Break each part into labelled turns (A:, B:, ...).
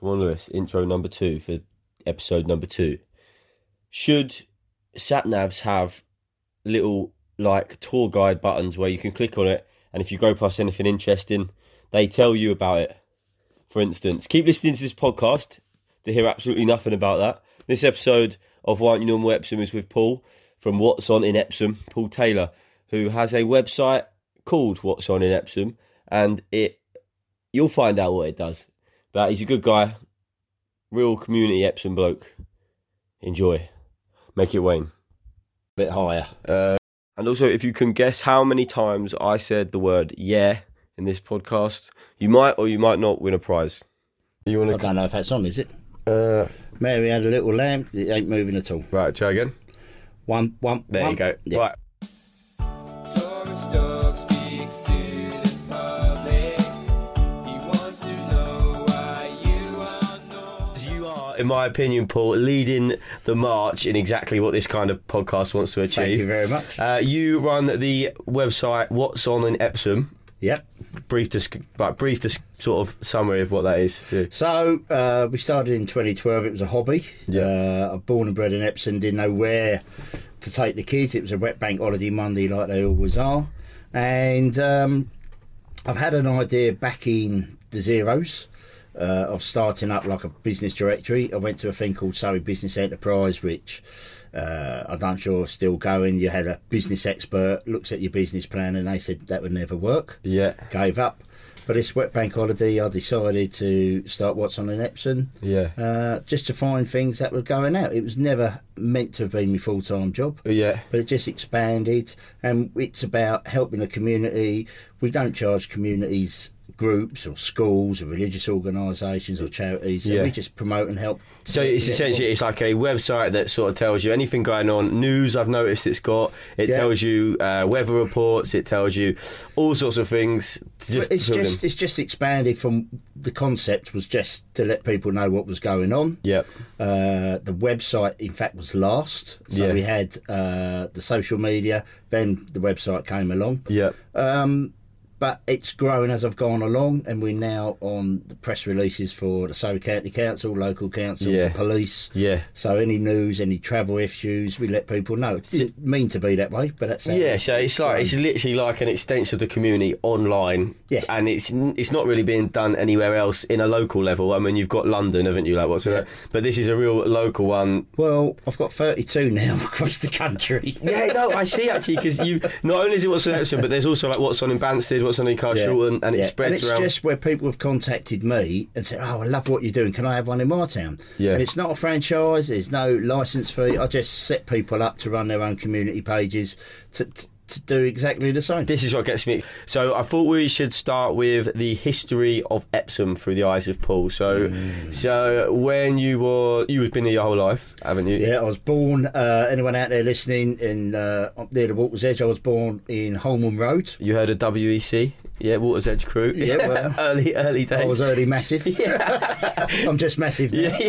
A: Come on, Lewis. Intro number two for episode number two. Should sat navs have little like tour guide buttons where you can click on it, and if you go past anything interesting, they tell you about it. For instance, keep listening to this podcast to hear absolutely nothing about that. This episode of Why Aren't You Normal Epsom is with Paul from What's On in Epsom, Paul Taylor, who has a website called What's On in Epsom, and it you'll find out what it does. But he's a good guy, real community Epsom bloke. Enjoy, make it wane.
B: bit higher.
A: Uh, and also, if you can guess how many times I said the word "yeah" in this podcast, you might or you might not win a prize. You
B: I
A: want
B: don't know if that's on, is it?
A: to? Uh,
B: Mary had a little lamp. It ain't moving at all.
A: right, try again.
B: One, one.
A: There you
B: one-
A: go.
B: Yeah.
A: Right.
C: Thomas Dog speaks to the public. He wants to know why you are not.
A: You are, in my opinion, Paul, leading the march in exactly what this kind of podcast wants to achieve.
B: Thank you very much.
A: Uh, you run the website What's On in Epsom.
B: Yep.
A: Brief, disc- like, brief dis- sort of summary of what that is. Yeah.
B: So uh, we started in 2012. It was a hobby.
A: Yeah.
B: Uh, I'm born and bred in Epsom. Didn't know where to take the kids. It was a wet bank holiday Monday, like they always are. And um, I've had an idea back in the zeros uh, of starting up like a business directory. I went to a thing called Surrey Business Enterprise, which uh, I'm not sure is still going. You had a business expert looks at your business plan, and they said that would never work
A: Yeah.
B: gave up. But this wet bank holiday, I decided to start what's on in Epsom
A: Yeah.
B: uh, just to find things that were going out. It was never meant to have been my full time job,
A: yeah.
B: but it just expanded. And it's about helping the community. We don't charge communities, groups, or schools, or religious organisations, or charities. So
A: Yeah.
B: we just promote and help.
A: So it's
B: Yeah.
A: essentially it's like a website that sort of tells you anything going on. News I've noticed it's got. It
B: Yeah.
A: tells you uh, weather reports. It tells you all sorts of things. to Just
B: It's
A: fill them.
B: just it's just expanded from the concept was just to let people know what was going on.
A: Yep.
B: Uh, the website, in fact, was last. So
A: Yeah.
B: we had uh, the social media, then the website came along.
A: Yep.
B: Um, but it's grown as I've gone along, and we're now on the press releases for the Surrey County Council, local council,
A: Yeah.
B: the police.
A: Yeah.
B: So any news, any travel issues, we let people know. It didn't mean to be that way, but that's how
A: Yeah,
B: it's-
A: so it's like it's literally like an extension of the community online,
B: Yeah.
A: and it's n- it's not really being done anywhere else in a local level. I mean, you've got London, haven't you? Like what's that? But this is a real local one.
B: Well, I've got 32 now across the country.
A: Yeah, no, I see actually because you not only is it what's on Epsom, but there's also like what's on in Banstead, what's on in Carshalton, and it
B: Yeah.
A: spreads
B: it's
A: around.
B: just where people have contacted me and said, "Oh, I love what you're doing. Can I have one in my town?"
A: Yeah.
B: And it's not a franchise. There's no license fee. I just set people up to run their own community pages to to, to do exactly the same.
A: This is what gets me. So I thought we should start with the history of Epsom through the eyes of Paul. So,
B: Mm.
A: so when you were you had been here your whole life, haven't you?
B: yeah, I was born. Uh, anyone out there listening in uh, up near the Water's Edge? I was born in Holman Road.
A: You heard of WEC? Yeah, Water's Edge Crew.
B: Yeah, well,
A: early early days.
B: I was early massive. I'm just massive now.
A: yeah,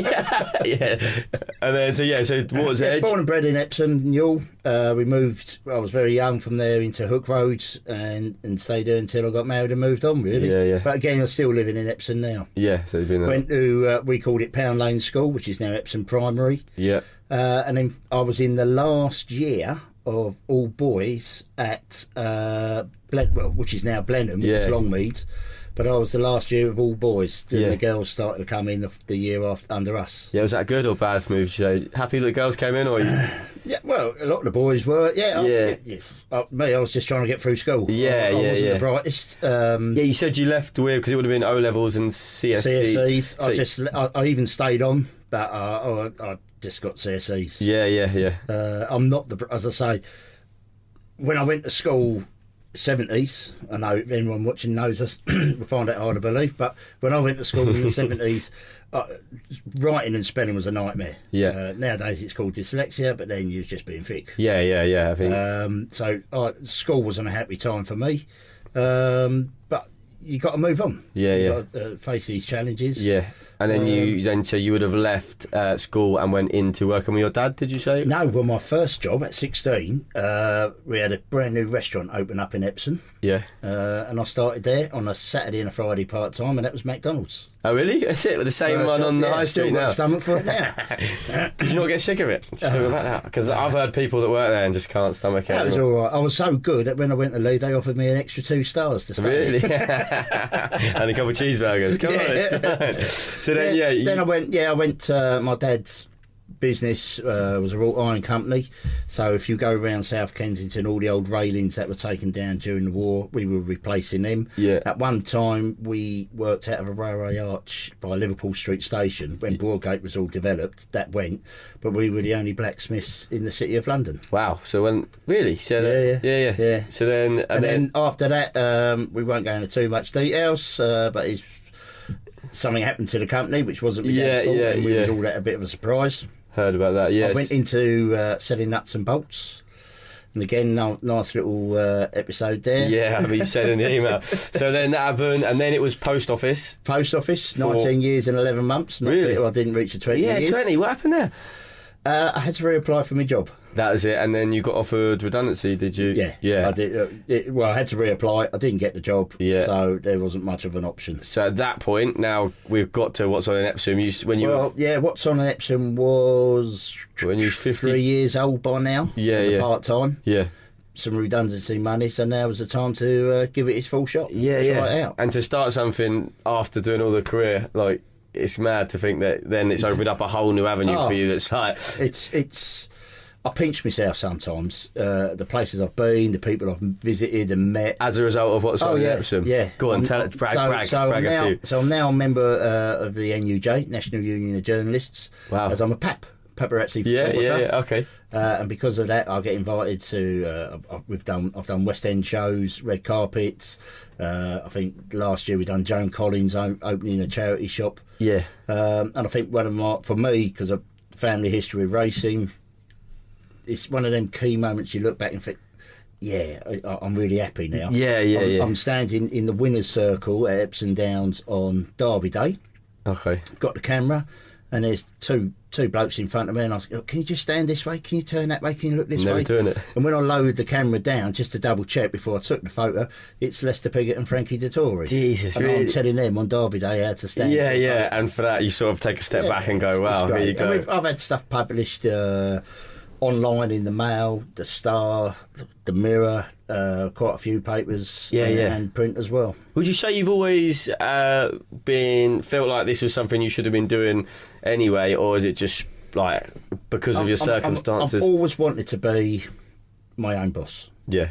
A: yeah, yeah. And then so yeah, so Water's
B: Yeah,
A: Edge.
B: born and bred in Epsom, Newell. Uh, we moved. I was very young from there into Hook Road and and stayed there until I got married and moved on. Really.
A: Yeah, yeah.
B: But again, I'm still living in Epsom now.
A: Yeah, so you've been there.
B: Went to uh, we called it Pound Lane School, which is now Epsom Primary,
A: yeah,
B: uh, and then I was in the last year of all boys at uh, Blen- well, which is now Blenheim, it
A: Yeah.
B: was Longmead. But I was the last year of all boys. Then
A: Yeah.
B: the girls started to come in the, the year after under us.
A: yeah. Was that good or bad move? So happy that the girls came in, or you?
B: Yeah, well, a lot of the boys were. Yeah, I-
A: Yeah.
B: yeah, I, me, I was just trying to get through school.
A: Yeah,
B: I, I
A: yeah,
B: wasn't
A: yeah.
B: the brightest. Um,
A: yeah, you said you left with because it would have been O levels and E. CSC.
B: CSEs.
A: So-
B: I just, I, I even stayed on, but uh, I, I just got CSEs.
A: Yeah, yeah, yeah.
B: Uh, I'm not the, br- as I say, when I went to school, 70s, I know if anyone watching knows us, will find it hard to believe, but when I went to school in the 70s, uh, writing and spelling was a nightmare.
A: Yeah.
B: Uh, nowadays it's called dyslexia, but then you was just being thick.
A: Yeah, yeah, yeah. I think.
B: Um, so uh, school wasn't a happy time for me, um, but you got to move on.
A: Yeah,
B: you
A: yeah.
B: Got to, uh, face these challenges.
A: yeah. And then you
B: Um,
A: then so you would have left uh, school and went into working with your dad. Did you say?
B: No, well, my first job at 16, uh, we had a brand new restaurant open up in Epsom,
A: Yeah.
B: uh, and I started there on a Saturday and a Friday part time, and that was McDonald's.
A: Oh, really? That's it? With the same
B: Uh,
A: one on the
B: yeah,
A: high
B: still
A: street
B: got
A: now?
B: a stomach for it now.
A: Did you not get sick of it? Just think about that. Because I've heard people that work there and just can't stomach it.
B: That was
A: anymore.
B: all right. I was so good that when I went to Lee, they offered me an extra two stars to stay.
A: Really? and a couple of cheeseburgers. Come on. it's fine. So then, yeah. you-
B: Then I went. Yeah, I went to my dad's business uh, was a wrought iron company. So if you go around South Kensington, all the old railings that were taken down during the war, we were replacing them.
A: Yeah.
B: At one time, we worked out of a railway arch by Liverpool Street Station when Broadgate was all developed. That went, but we were the only blacksmiths in the city of London.
A: wow. So when. Really? So then,
B: Yeah, yeah.
A: yeah, yeah.
B: Yeah.
A: So then. And,
B: and
A: then,
B: then, after that, um, we won't go into too much details, uh, but it's, something happened to the company which wasn't my
A: Yeah,
B: dad's fault,
A: yeah,
B: and we was
A: yeah.
B: all at a bit of a surprise.
A: Heard about that, yes.
B: I went into uh, selling nuts and bolts, and again, no, nice little uh, episode there.
A: Yeah, but you said in the email. so then that happened, and then it was post office.
B: Post office,
A: For-
B: nineteen years and eleven months. Not
A: Really?
B: that I didn't reach the twenty.
A: Yeah,
B: years.
A: 20. What happened there?
B: Uh, I had to reapply for my job.
A: That was it. And then you got offered redundancy, did you?
B: Yeah,
A: Yeah.
B: I did. Uh, it, well, I had to reapply. I didn't get the job.
A: Yeah.
B: So there wasn't much of an option.
A: So at that point, now we've got to what's on an Epsom. You, s- when you
B: Well, yeah, what's on Epsom was
A: When you were 50.
B: three years old by now.
A: Yeah,
B: as
A: yeah.
B: a part time,
A: yeah,
B: some redundancy money, so now was the time to uh, give it its full shot. try it out.
A: and to start something after doing all the career, like it's mad to think that then it's opened up a whole new avenue
B: Oh.
A: for you. That's like,
B: It's it's. I pinch myself sometimes. Uh, the places I've been, the people I've visited and met.
A: as a result of what's on an Epsom.
B: Oh, yeah.
A: Oh, go on,
B: I'm-
A: tell it, brag,
B: so,
A: brag,
B: so
A: brag
B: I'm now,
A: a few.
B: So I'm now a member uh, of the NUJ, National Union of Journalists,
A: Wow.
B: as I'm a PAP, paparazzi
A: Yeah,
B: photographer.
A: yeah, yeah. Okay,
B: uh, and because of that, I get invited to. Uh, I've- we've done. I've done West End shows, red carpets. Uh, I think last year we done Joan Collins o- opening a charity shop,
A: yeah,
B: um, and I think one of my for me because of family history of racing, it's one of them key moments you look back and think, yeah, I, I- I'm really happy now.
A: yeah, yeah,
B: I'm,
A: yeah.
B: I'm standing in the winners' circle at Epsom Downs on Derby Day
A: okay,
B: got the camera, and there's two two blokes in front of me, and I was, "Can you just stand this way? Can you turn that way? Can you look this
A: Never
B: way?"
A: doing it.
B: And when I lowered the camera down just to double check before I took the photo, it's Lester Piggott and Frankie Dettori.
A: Jesus,
B: and I'm
A: really?
B: telling them on Derby Day how to stand.
A: yeah, yeah. And for that, you sort of take a step
B: Yeah,
A: back and go,
B: it's
A: wow, here
B: great.
A: you
B: And
A: go.
B: we've- I've had stuff published uh, online in the Mail, the Star, the Mirror, uh, quite a few papers,
A: Yeah,
B: and,
A: yeah.
B: and print as well.
A: Would you say you've always uh, been felt like this was something you should have been doing anyway, or is it just like because of your
B: I'm- I'm-
A: circumstances?
B: I've always wanted to be my own boss.
A: yeah,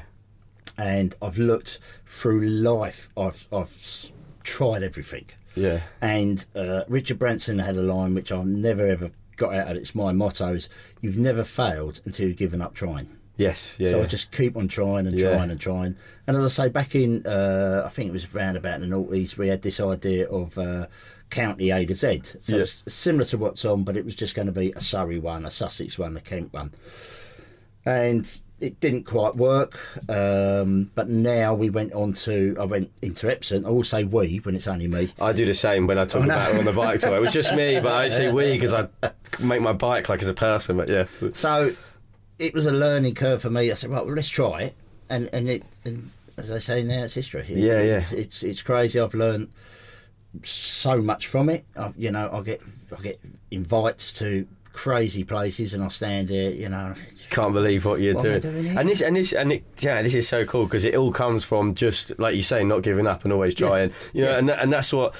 B: and I've looked through life. I've I've s- tried everything.
A: yeah,
B: And uh, Richard Branson had a line which I never ever got out of. It's my motto: is "You've never failed until you've given up trying."
A: yes, yeah.
B: so
A: yeah.
B: I just keep on trying and
A: Yeah.
B: trying and trying. And as I say, back in uh, I think it was round about in the noughties, we had this idea of uh, county A to Z. So
A: Yeah.
B: it's similar to what's on, but it was just going to be a Surrey one, a Sussex one, a Kent one, and it didn't quite work. Um, but now we went on to I went into Epsom. I will say we when it's only me.
A: I do the same when I
B: Oh,
A: talk about it on the bike tour. It was just me, but I say we because I make my bike like as a person. But yes,
B: So it was a learning curve for me. I said, right, well, let's try it, and and it and as I say now, it's history. It-
A: Yeah, yeah.
B: It's it's, it's crazy. I've learned so much from it. I've, you know, I get I get invites to crazy places, and I stand there, you know. and I think,
A: can't believe what you're
B: What am I
A: doing.
B: doing here?
A: and this and this and it, yeah, this is so cool because it all comes from just like you say, not giving up and always trying. You know, and that- and that's what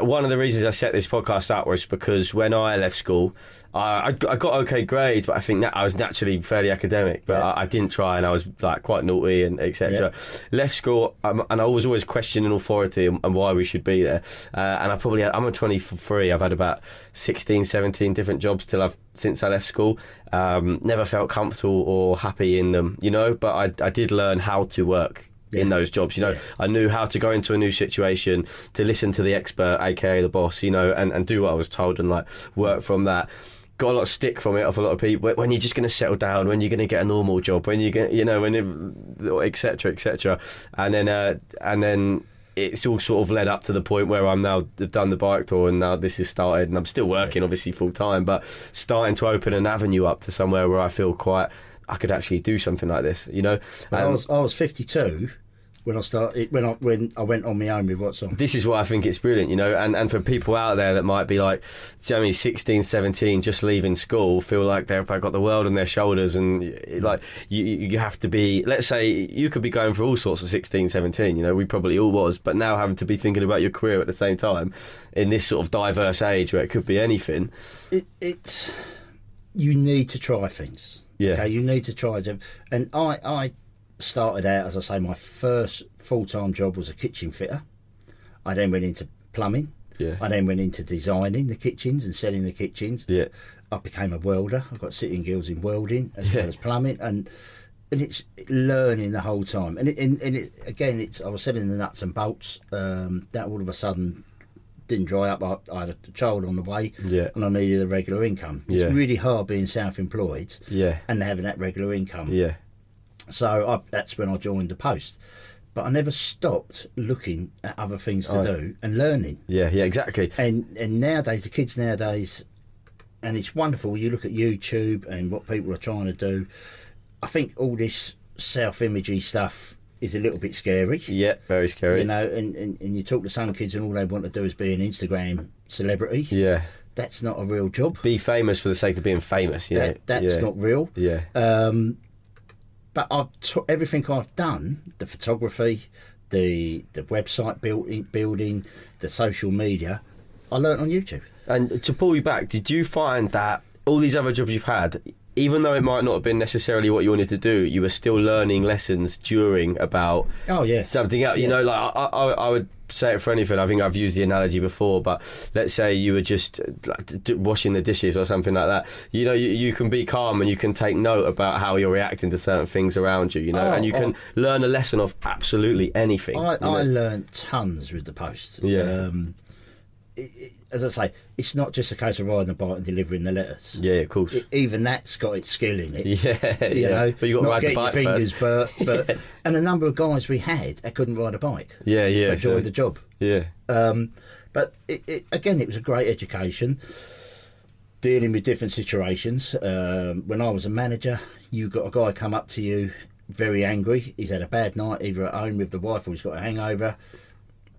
A: one of the reasons I set this podcast up was because when I left school, I I got, I got okay grades, but I think that I was naturally fairly academic, but
B: Yeah.
A: I, I didn't try and I was like quite naughty and etc. Left school, um, and I was always questioning authority and, and why we should be there. Uh, and I probably had, I'm a 23. I've had about 16, 17 different jobs till I've since I left school. Um, never felt comfortable or happy in them, you know. But I I did learn how to work in those jobs. You know, I knew how to go into a new situation, to listen to the expert, aka the boss, you know, and, and do what I was told and like work from that. Got a lot of stick from it off a lot of people. When you're just going to settle down, when you're going to get a normal job, when you're going, you know, when it- et cetera, et cetera, and then uh, and then it's all sort of led up to the point where I'm now have done the bike tour and now this has started and I'm still working obviously full time, but starting to open an avenue up to somewhere where I feel quite I could actually do something like this, you know.
B: I
A: And-
B: was I was fifty two when I started when I when I went on my own with what's on.
A: this is why I think it's brilliant, you know, and, and for people out there that might be like, Jamie, 16, 17, just leaving school, feel like they've got the world on their shoulders and it- like you, you have to be, let's say you could be going for all sorts of 16, 17, you know, we probably all was, but now having to be thinking about your career at the same time in this sort of diverse age where it could be anything.
B: It, it's you need to try things.
A: Yeah.
B: Okay, you need to try them. And I I started out as I say my first full time job was a kitchen fitter. I then went into plumbing.
A: Yeah.
B: I then went into designing the kitchens and selling the kitchens.
A: Yeah.
B: I became a welder. I've got sitting gills in welding as
A: Yeah.
B: well as plumbing, and and it's learning the whole time. And it, and, and it again, it's I was selling the nuts and bolts. Um, that all of a sudden didn't dry up. I, I had a child on the way,
A: Yeah.
B: and I needed a regular income. It's
A: Yeah.
B: really hard being self-employed
A: Yeah.
B: and having that regular income.
A: Yeah.
B: So I, that's when I joined the post. But I never stopped looking at other things to
A: Right.
B: do and learning
A: Yeah. Yeah. Exactly.
B: and and nowadays the kids nowadays and it's wonderful you look at youtube and what people are trying to do i think all this self-imagey stuff is a little bit scary
A: Yeah. Very scary.
B: you know and, and, and you talk to some kids and all they want to do is be an instagram celebrity
A: yeah.
B: that's not a real job
A: Be famous for the sake of being famous. You know?
B: that, that's
A: yeah.
B: not real
A: Yeah.
B: um, but I've t- everything I've done the photography, the the website building, building, the social media, I learnt on YouTube.
A: And to pull you back, did you find that all these other jobs you've had, even though it might not have been necessarily what you wanted to do, you were still learning lessons during about
B: Oh yeah,
A: something else? You
B: Yeah.
A: know, like I, I, I would say it for anything. I think I've used the analogy before, but let's say you were just uh, like, d- d- washing the dishes or something like that. You know, you, you can be calm and you can take note about how you're reacting to certain things around you. You know,
B: Oh,
A: and you can learn a lesson of absolutely anything.
B: I,
A: you know?
B: I learned tons with the post.
A: Yeah.
B: Um, it, it- as I say, it's not just a case of riding a bike and delivering the letters.
A: yeah, of course.
B: E- even that's got its skill in it.
A: yeah,
B: You
A: yeah.
B: know,
A: but you got to
B: not
A: ride the
B: getting
A: bike
B: your
A: first.
B: fingers, but, but and the number of guys we had that couldn't ride a bike.
A: Yeah, yeah.
B: they
A: so-
B: joined the job.
A: yeah.
B: Um, but it, it, again, it was a great education, dealing with different situations. Um, when I was a manager, you got a guy come up to you very angry. He's had a bad night, either at home with the wife or he's got a hangover,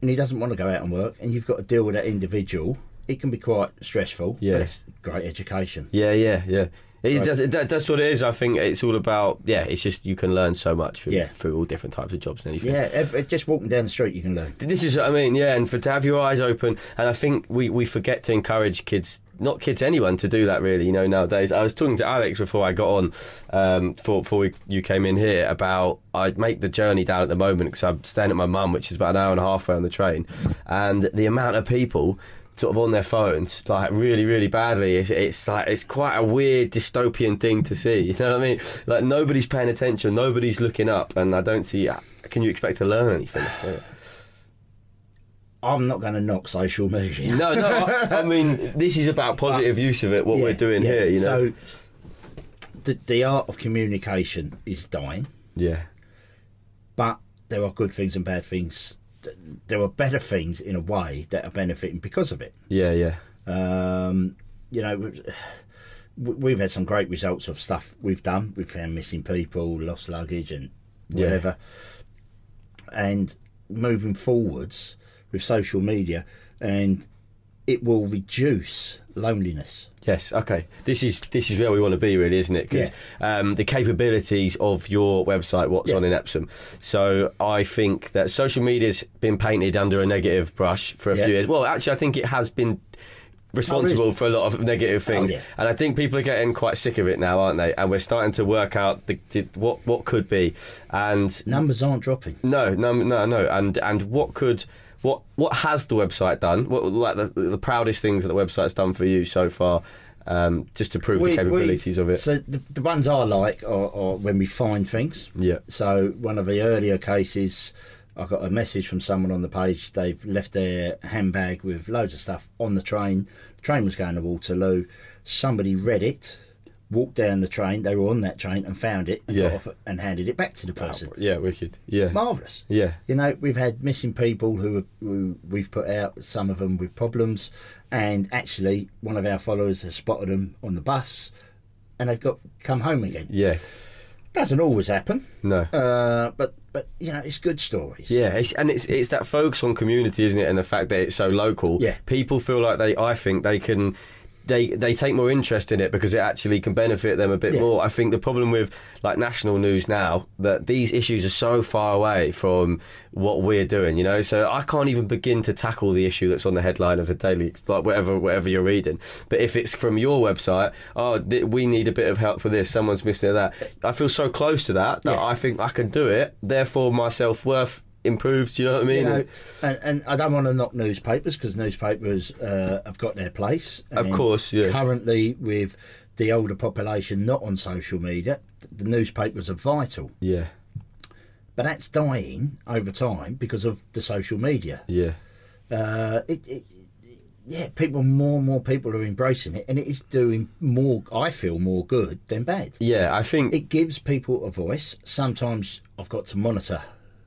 B: and he doesn't want to go out and work. And you've got to deal with that individual. It can be quite stressful.
A: Yeah.
B: But it's great education.
A: Yeah, yeah, yeah. It does, it, that- that's what it is. I think it's all about. Yeah, it's just you can learn so much through,
B: Yeah.
A: through all different types of jobs and anything.
B: Yeah, ev eh, just walking down the street, you can learn.
A: This is what I mean. Yeah, and for to have your eyes open, and I think we we forget to encourage kids. Not kids, anyone to do that really. You know, nowadays I was talking to Alex before I got on, um, before, before we, you came in here about I'd make the journey down at the moment because I'm staying at my mum, which is about an hour and a half away on the train, and the amount of people sort of on their phones like really really badly it's, it's like it's quite a weird dystopian thing to see you know what i mean like nobody's paying attention nobody's looking up and i don't see can you expect to learn anything
B: I'm not going to knock social media.
A: no no I, I mean this is about positive use of it what we're
B: Yeah,
A: doing
B: yeah.
A: here you know
B: So, the, the art of communication is dying.
A: yeah
B: but there are good things and bad things. Th- There are better things in a way that are benefiting because of it.
A: yeah yeah
B: Um, you know, we- we've had some great results of stuff we've done. We've found missing people, lost luggage, and
A: Yeah.
B: whatever. And moving forwards with social media, and it will reduce loneliness.
A: Yes. Okay. This is this is where we want to be, really, isn't it? Because um, the capabilities of your website, what's
B: Yeah.
A: on in Epsom. So I think that social media's been painted under a negative brush for a
B: Yeah. Oh,
A: few years. Well, actually, I think it has been responsible for a lot of negative things,
B: yeah.
A: and I think people are getting quite sick of it now, aren't they? And we're starting to work out the, the, what what could be, and
B: Numbers aren't dropping.
A: no, no, no, no. And and what could what what has the website done? What like the, the proudest things that the website's done for you so far? Um, just to prove the
B: We- we-
A: capabilities of it.
B: So the, the ones I like are, are when we find things.
A: yeah,
B: So one of the earlier cases, I got a message from someone on the page. They've left their handbag with loads of stuff on the train. The train was going to Waterloo. Somebody read it, walked down the train. They were on that train and found it and
A: Yeah. Oh,
B: got off it and handed it back to the person.
A: yeah, wicked. Yeah,
B: Marvelous.
A: yeah,
B: You know, we've had missing people who, who we've put out, some of them with problems, and actually one of our followers has spotted them on the bus and they've got come home again
A: yeah.
B: Doesn't always happen,
A: No.
B: uh, but but you know it's good stories.
A: Yeah, it's, and it's it's that focus on community, isn't it? And the fact that it's so local.
B: Yeah.
A: People feel like they, I think they can, they they take more interest in it because it actually can benefit them a bit
B: Yeah.
A: more. I think the problem with like national news now that these issues are so far away from what we're doing. You know, so I can't even begin to tackle the issue that's on the headline of the daily, like whatever whatever you're reading. But if it's from your website, oh, th- we need a bit of help for this. Someone's missing that. I feel so close to that that
B: Yeah.
A: I think I can do it. Therefore, my self worth improves. You know what I mean?
B: You know, and, and I don't want to knock newspapers because newspapers uh, have got their place.
A: Of
B: And
A: course, yeah.
B: Currently, with the older population not on social media, th- the newspapers are vital.
A: yeah,
B: But that's dying over time because of the social media.
A: yeah,
B: Uh, it, it, it- yeah, people more and more people are embracing it, and it is doing more. I feel more good than bad.
A: yeah. I think.
B: It gives people a voice. Sometimes I've got to monitor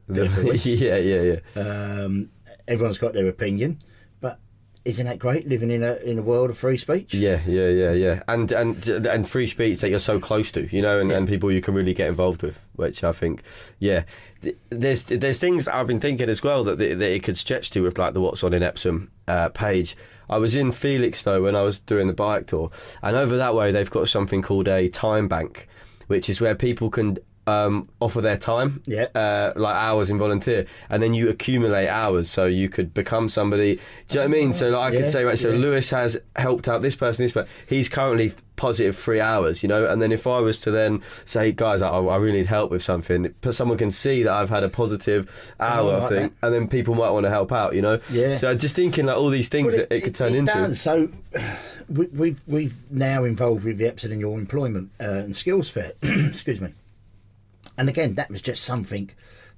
B: their voice.
A: yeah, yeah, yeah.
B: Um, everyone's got their opinion, but isn't that great living in a in a world of free speech?
A: Yeah, yeah, yeah, yeah, and and and free speech that you're so close to, you know, and, and people you can really get involved with, which I think, yeah, Th- there's there's things that I've been thinking as well that that that it could stretch to with like the What's On in Epsom uh, page. I was in Felixstowe when I was doing the bike tour, and over that way they've got something called a time bank, which is where people can. Um, offer their time,
B: Yeah.
A: uh, like hours in volunteer, and then you accumulate hours, so you could become somebody. Do you know what I mean? So like, I
B: Yeah,
A: could say, right, so
B: yeah.
A: Lewis has helped out this person, this person. He's currently positive three hours, you know. And then if I was to then say, guys, I, I really need help with something, but someone can see that I've had a positive hour
B: I like
A: thing, and then people might want to help out, you know.
B: Oh, Yeah.
A: So just thinking like all these things
B: Well,
A: that it, could turn
B: it
A: into.
B: Does. So we, we, we've now involved with the Epsom and your employment uh, and skills fair. Excuse me. And again, that was just something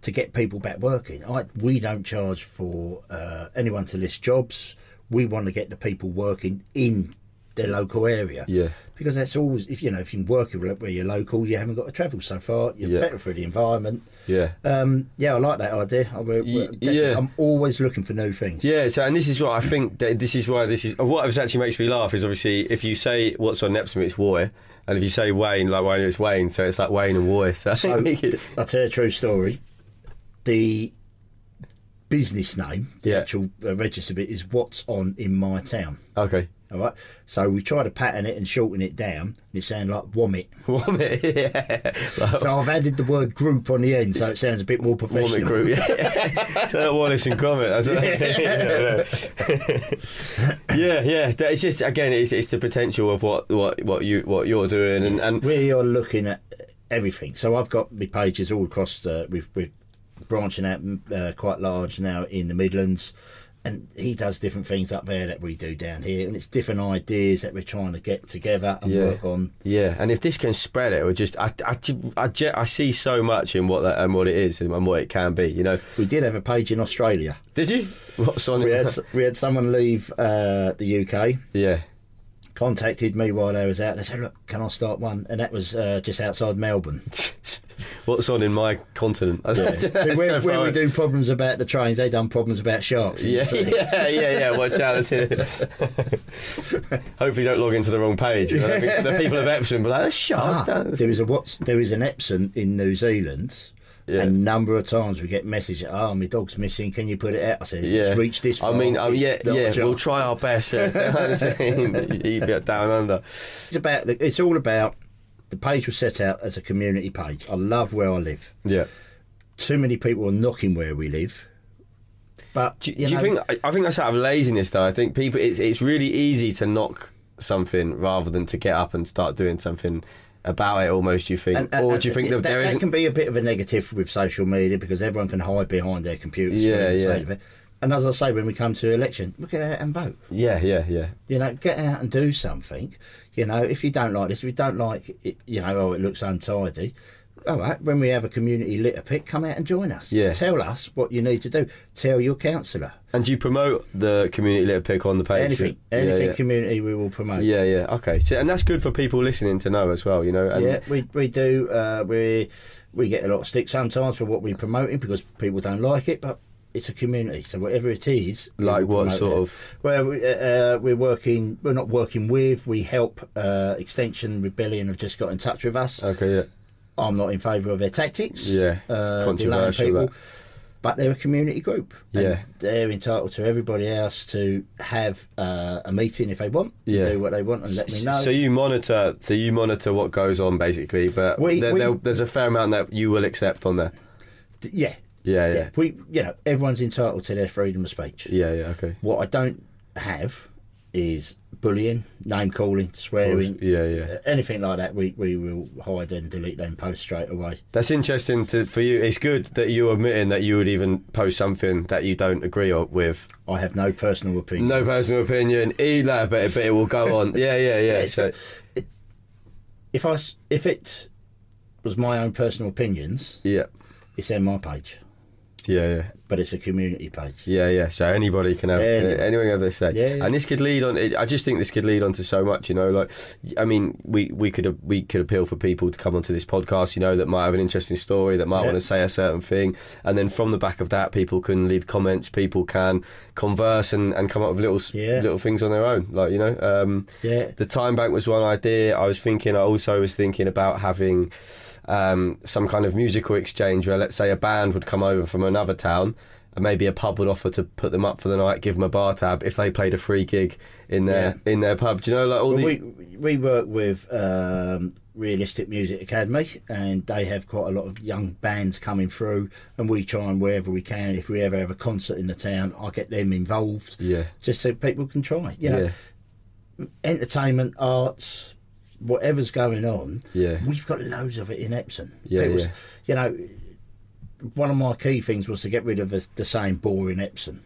B: to get people back working. I, we don't charge for uh, anyone to list jobs. We want to get the people working in their local area.
A: Yeah.
B: Because that's always if you know if you work where you're local, you haven't got to travel so far. You're
A: Yeah.
B: better for the environment.
A: Yeah.
B: Um, yeah, I like that idea. I, will-
A: Y-
B: definitely-
A: yeah.
B: I'm always looking for new things.
A: Yeah, so and this is what I think. That this is why this is what actually makes me laugh is obviously if you say what's on Neptune, it's Roy, and if you say Wayne, like Wayne, it's Wayne. So it's like Wayne and Roy. So,
B: So,
A: I think it-
B: I'll tell you a true story. The business name, the
A: Yeah.
B: actual uh, register bit, is what's on in my town.
A: okay.
B: All right. So we try to pattern it and shorten it down, and it sounds like Womit.
A: Warmit, yeah. Like,
B: So I've added the word group on the end, so it sounds a bit more professional.
A: Warmit group, yeah. so that Wallace and Gromit. That's what I think, you know, no. yeah, yeah. that- It's just again, it's, it's the potential of what, what, what you what you're doing, and, and
B: We are looking at everything. So I've got my pages all across. The, we've, we're branching out uh, quite large now in the Midlands, and he does different things up there that we do down here, and it's different ideas that we're trying to get together and
A: Yeah.
B: work on.
A: Yeah, and if this can spread it, or just I, I, ju- I, ju- I see so much in what that and what it is and what it can be. You know,
B: We did have a page in Australia.
A: did you? What's on
B: We
A: it?
B: had we had someone leave uh, the UK,
A: yeah,
B: contacted me while I was out, and they said, "Look, can I start one?" And that was uh, just outside Melbourne.
A: what's on in my continent?
B: so
A: That's
B: where,
A: so
B: where
A: far.
B: we do problems about the trains, they done problems about sharks.
A: Yeah,
B: So-
A: yeah, yeah, yeah. Watch out! That's it. Hopefully, don't log into the wrong page. You know? I think the people of Epsom, be like,
B: Ah,
A: shut up.
B: there is a what's there is an Epsom in New Zealand.
A: Yeah.
B: And a number of times we get messages, oh, my dog's missing, can you put it out? I said,
A: Yeah,
B: it's reached this
A: I
B: far.
A: mean, um,
B: it's
A: yeah,
B: not a
A: yeah. We'll
B: chance."
A: try our best. Yeah. That's what I'm saying. Eat it down under.
B: It's, about, the- it's all about, the page was set out as a community page. I love where I live.
A: Yeah.
B: Too many people are knocking where we live. But,
A: Do,
B: you,
A: do
B: know,
A: you think? I, I think that's out of laziness, though. I think people. It's it's really easy to knock something rather than to get up and start doing something about it. Almost, you think,
B: and- and-
A: or do you think
B: and
A: that, there
B: that
A: isn't?
B: can be a bit of a negative with social media because everyone can hide behind their computer screen
A: Yeah,
B: and
A: yeah.
B: save it. And as I say, when we come to election, we get out and vote.
A: Yeah, yeah, yeah.
B: You know, get out and do something. You know, if you don't like this, if you don't like it, you know, oh, it looks untidy. All right, when we have a community litter pick, come out and join us.
A: Yeah.
B: Tell us what you need to do. Tell your councillor.
A: And do you promote the community litter pick on the page?
B: Anything,
A: Yeah,
B: anything
A: yeah.
B: community we will promote.
A: Yeah, yeah, okay. So, and that's good for people listening to know as well, you know. And
B: Yeah, we, we do. Uh, we we get a lot of stick sometimes for what we're promoting because people don't like it, but it's a community. So whatever it is, we
A: Like
B: will
A: what
B: promote
A: sort
B: it.
A: of-
B: Well, we, uh, we're working. We're not working with. We help. Uh, Extension Rebellion have just got in touch with us.
A: Okay, yeah.
B: I'm not in favour of their tactics.
A: Yeah,
B: uh,
A: controversial,
B: delaying
A: that.
B: people, but they're a community group. and
A: Yeah.
B: they're entitled to everybody else to have uh, a meeting if they want.
A: Yeah.
B: do what they want and let me know.
A: So you monitor, so you monitor what goes on basically, but
B: We-
A: there,
B: we-
A: there- there's a fair amount that you will accept on there.
B: D- yeah,
A: Yeah, yeah,
B: yeah. We, you know, everyone's entitled to their freedom of speech.
A: yeah, yeah. Okay.
B: What I don't have is bullying, name calling, swearing, uh,
A: Yeah, yeah.
B: anything like that. We we will hide and delete them posts straight away.
A: That's interesting to, for you. It's good that you're admitting that you would even post something that you don't agree o- with.
B: I have no personal opinion.
A: No personal opinion, e that, but it, but it will go on. Yeah, yeah, yeah.
B: it's
A: So
B: If I s- if it was my own personal opinions,
A: yeah,
B: it's on my page,
A: yeah, yeah.
B: but it's a community page.
A: Yeah, yeah. So anybody can have uh,
B: Anyone.
A: anyone have their say.
B: Yeah, yeah.
A: And this could lead on. I just think this could lead on to so much. You know, like I mean, we we could we could appeal for people to come onto this podcast. You know, that might have an interesting story, that might
B: Yeah.
A: want to say a certain thing, and then from the back of that, people can leave comments. People can converse and, and come up with little s
B: Yeah.
A: little things on their own. Like you know, um,
B: Yeah,
A: the time bank was one idea. I was thinking. I also was thinking about having um, some kind of musical exchange where, let's say, a band would come over from another town, and maybe a pub would offer to put them up for the night, give them a bar tab if they played a free gig in their in their pub. Do you know, like all the
B: we we work with um, Realistic Music Academy, and they have quite a lot of young bands coming through, and we try and wherever we can. If we ever have a concert in the town, I get them involved,
A: yeah,
B: just so people can try. You
A: yeah,
B: know,
A: yeah,
B: entertainment, arts, whatever's going on,
A: yeah,
B: we've got loads of it in Epsom.
A: Yeah,
B: People's-
A: yeah.
B: You know, one of my key things was to get rid of the, the same boring Epsom,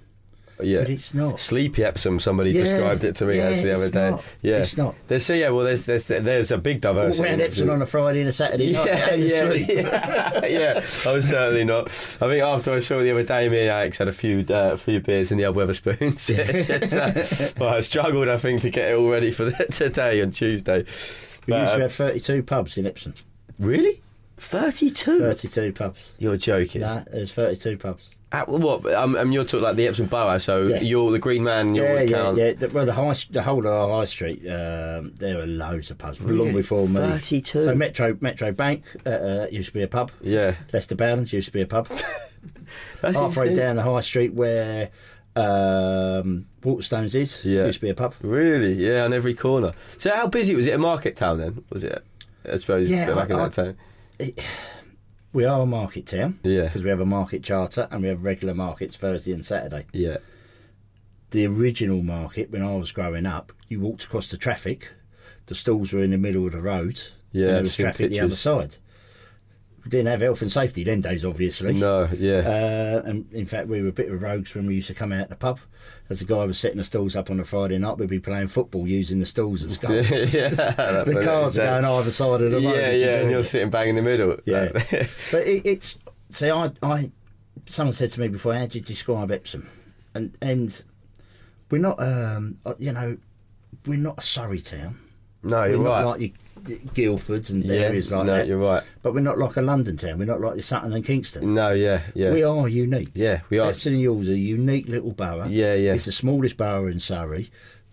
B: but it's not.
A: Sleepy Epsom, somebody
B: Yeah,
A: described it to me
B: yeah,
A: as the other
B: it's
A: day.
B: not.
A: Yeah,
B: It's not.
A: There's so yeah, well, there's there's, there's a big
B: Walk
A: diversity.
B: around
A: in
B: Epsom on a Friday and a Saturday night.
A: yeah,
B: and
A: yeah,
B: sleep.
A: yeah, yeah. I was certainly not. I think after I saw it the other day, me and Alex had a few uh, a few beers in the old Weatherspoons. It's, uh, well, I struggled, I think, to get it all ready for the, today on Tuesday.
B: We
A: But,
B: used
A: um,
B: to have 32 pubs in Epsom.
A: really, thirty-two.
B: 32 pubs.
A: You're joking.
B: Nah, it was 32 pubs.
A: At what? Um, and you're talking like the Epsom Boa, so
B: Yeah.
A: you're the Green Man. You're
B: yeah,
A: the
B: yeah,
A: count.
B: yeah. The, well, the high, st- the whole of our high street, um, there were loads of pubs long before me.
A: 32.
B: So Metro Metro Bank uh, uh, used to be a pub.
A: Yeah,
B: Leicester Bowlands used to be a pub.
A: that's
B: Halfway
A: insane.
B: down the high street where um, Waterstones is,
A: Yeah.
B: used to be a pub.
A: Really? Yeah, on every corner. So how busy was it? A market town then? Was it? I suppose
B: Yeah,
A: back in
B: I-
A: that time.
B: We are a market town
A: Yeah,
B: because we have a market charter and we have regular markets Thursday and Saturday.
A: yeah.
B: the original market when I was growing up, you walked across the traffic, the stalls were in the middle of the road,
A: Yeah,
B: and there
A: I've
B: was
A: seen
B: traffic the other
A: pictures.
B: side. We didn't have health and safety then days, obviously.
A: No, yeah.
B: Uh, and in fact, we were a bit of rogues when we used to come out the pub. As the guy was setting the stalls up on a Friday night, we'd be playing football using the stalls as goals.
A: yeah,
B: Uh, the cars are going either side of the road.
A: Yeah,
B: as you
A: yeah,
B: do
A: and you're
B: it.
A: sitting bang in the middle.
B: Yeah.
A: Like-
B: But it, it's see, I, I, someone said to me before, how do you describe Epsom? And and we're not, um, uh, you know, we're not a Surrey town.
A: no,
B: we're
A: you're
B: not
A: right.
B: like your, your Guildfords and
A: yeah,
B: areas like
A: no,
B: that.
A: you're right.
B: But we're not like a London town. We're not like your Sutton and Kingston.
A: No, yeah, yeah,
B: We are unique.
A: yeah, we are.
B: Epsom and Yule's a unique little borough.
A: Yeah, yeah.
B: It's the smallest borough in Surrey,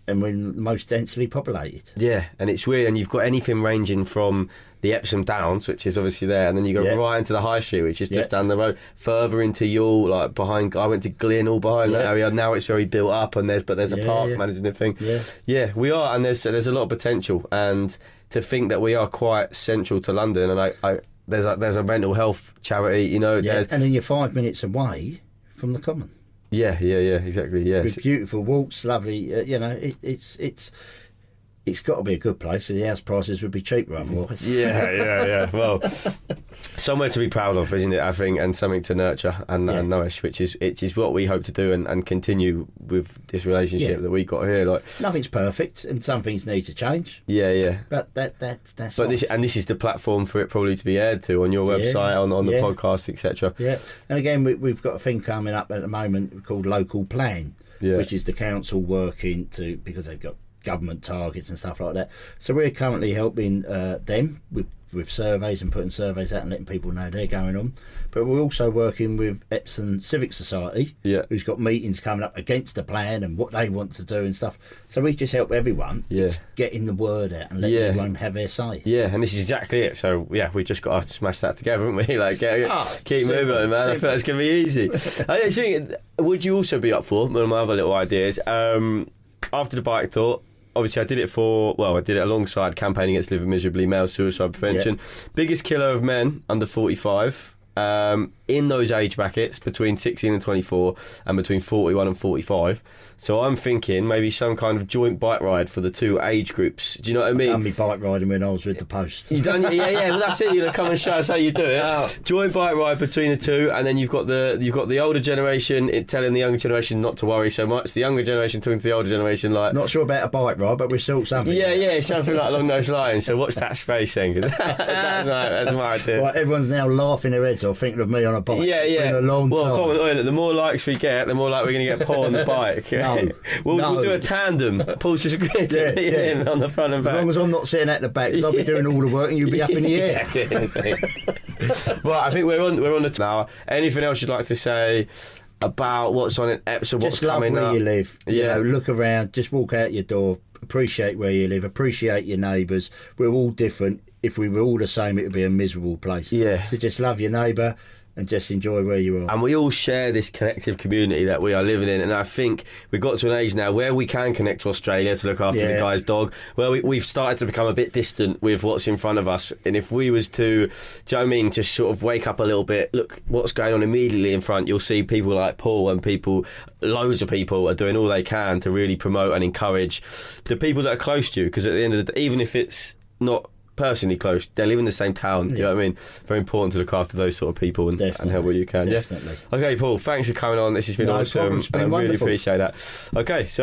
B: and we're the most densely populated.
A: Yeah, and it's weird, and you've got anything ranging from the Epsom Downs, which is obviously there, and then you go
B: Yeah.
A: right into the High Street, which is just
B: Yeah.
A: down the road, further into Yule, like behind. I went to Glyn, all behind that
B: Yeah.
A: area. Now it's very built up, and there's but there's a
B: Yeah,
A: park
B: yeah.
A: managing the thing.
B: Yeah.
A: yeah, we are, and there's there's a lot of potential, and to think that we are quite central to London, and I, I there's a, there's a mental health charity, you know,
B: Yeah,
A: yeah,
B: and then you're five minutes away from the Common.
A: yeah, yeah, yeah, exactly, yeah,
B: with beautiful walks, lovely. Uh, you know, it, it's it's it's got to be a good place. So the house prices would be cheaper otherwise.
A: yeah, yeah, yeah. Well, somewhere to be proud of, isn't it? I think, and something to nurture and,
B: Yeah.
A: and nourish, which is it is what we hope to do and, and continue with this relationship
B: Yeah.
A: that we got here. Like,
B: Nothing's perfect, and some things need to change.
A: yeah, yeah.
B: But that that that's
A: But
B: life.
A: this and this is the platform for it probably to be aired to on your
B: Yeah.
A: website, on, on the
B: Yeah.
A: podcast, etc.
B: yeah. And again, we, we've got a thing coming up at the moment called local plan,
A: Yeah.
B: which is the council working to because they've got government targets and stuff like that. So we're currently helping uh, them with with surveys and putting surveys out and letting people know they're going on. But we're also working with Epsom Civic Society,
A: Yeah.
B: who's got meetings coming up against the plan and what they want to do and stuff. So we just help everyone.
A: Yeah.
B: It's getting the word out and letting
A: Yeah.
B: everyone have their say.
A: Yeah, and this is exactly it. So yeah, we just got to smash that together, haven't we? Like, get,
B: Ah,
A: keep
B: simple,
A: moving, man. I think
B: simple.
A: that's gonna be easy. I actually, think- would you also be up for one of my other little ideas? Um, after the bike thought, obviously, I did it for well, I did it alongside campaigning against living miserably, male suicide prevention, biggest killer of men under forty-five. Um, in those age brackets between 16 and 24 and between 41 and 45 so i'm thinking maybe some kind of joint bike ride for the two age groups do you know what i mean
B: Done me bike riding when I was with the post.
A: you done, yeah, yeah. Well, that's it. You know, come and show us how you do it. Joint bike ride between the two, and then you've got the you've got the older generation it telling the younger generation not to worry so much. The younger generation talking to the older generation like,
B: Not sure about a bike ride, but we're still something.
A: yeah, yeah, something like along those lines. So what's that space thing? that's, my, that's my idea.
B: Right, everyone's now laughing their heads off thinking of me on a bike.
A: Yeah,
B: It's
A: yeah.
B: Been a long
A: well,
B: time.
A: come on, Oiler, the more likes we get, the more like we're going to get Paul on the bike.
B: No,
A: we'll,
B: no.
A: we'll do a tandem. Paul's just agreed to
B: Yeah,
A: be
B: yeah.
A: in on the front and
B: As
A: back.
B: long as I'm not sitting at the back, 'cause I'll be doing all the work and you'll be up in the air.
A: Yeah, definitely. well, I think we're on we're on the now. Anything else you'd like to say about what's on in Epsom? What's
B: Just love
A: coming
B: where
A: up?
B: you live.
A: Yeah.
B: You know, look around, just walk out your door, appreciate where you live, appreciate your neighbours. We're all different. If we were all the same, it would be a miserable place.
A: Yeah.
B: So just love your neighbour and just enjoy where you are.
A: and we all share this collective community that we are living in. And I think we got to an age now where we can connect to Australia to look after the
B: Yeah.
A: guy's dog. Where we, we've started to become a bit distant with what's in front of us. And if we was to, do you know what I mean, just sort of wake up a little bit, look what's going on immediately in front. You'll see people like Paul and people, loads of people are doing all they can to really promote and encourage the people that are close to you. Because at the end of the day, even if it's not personally close, they live in the same town. Do you know what I mean? Very important to look after those sort of people and, and
B: Definitely,
A: help where you can. yeah?
B: definitely.
A: Okay, Paul, thanks for coming on. This has been
B: No
A: awesome.
B: problem. It's been
A: I really
B: wonderful.
A: appreciate that. Okay, so.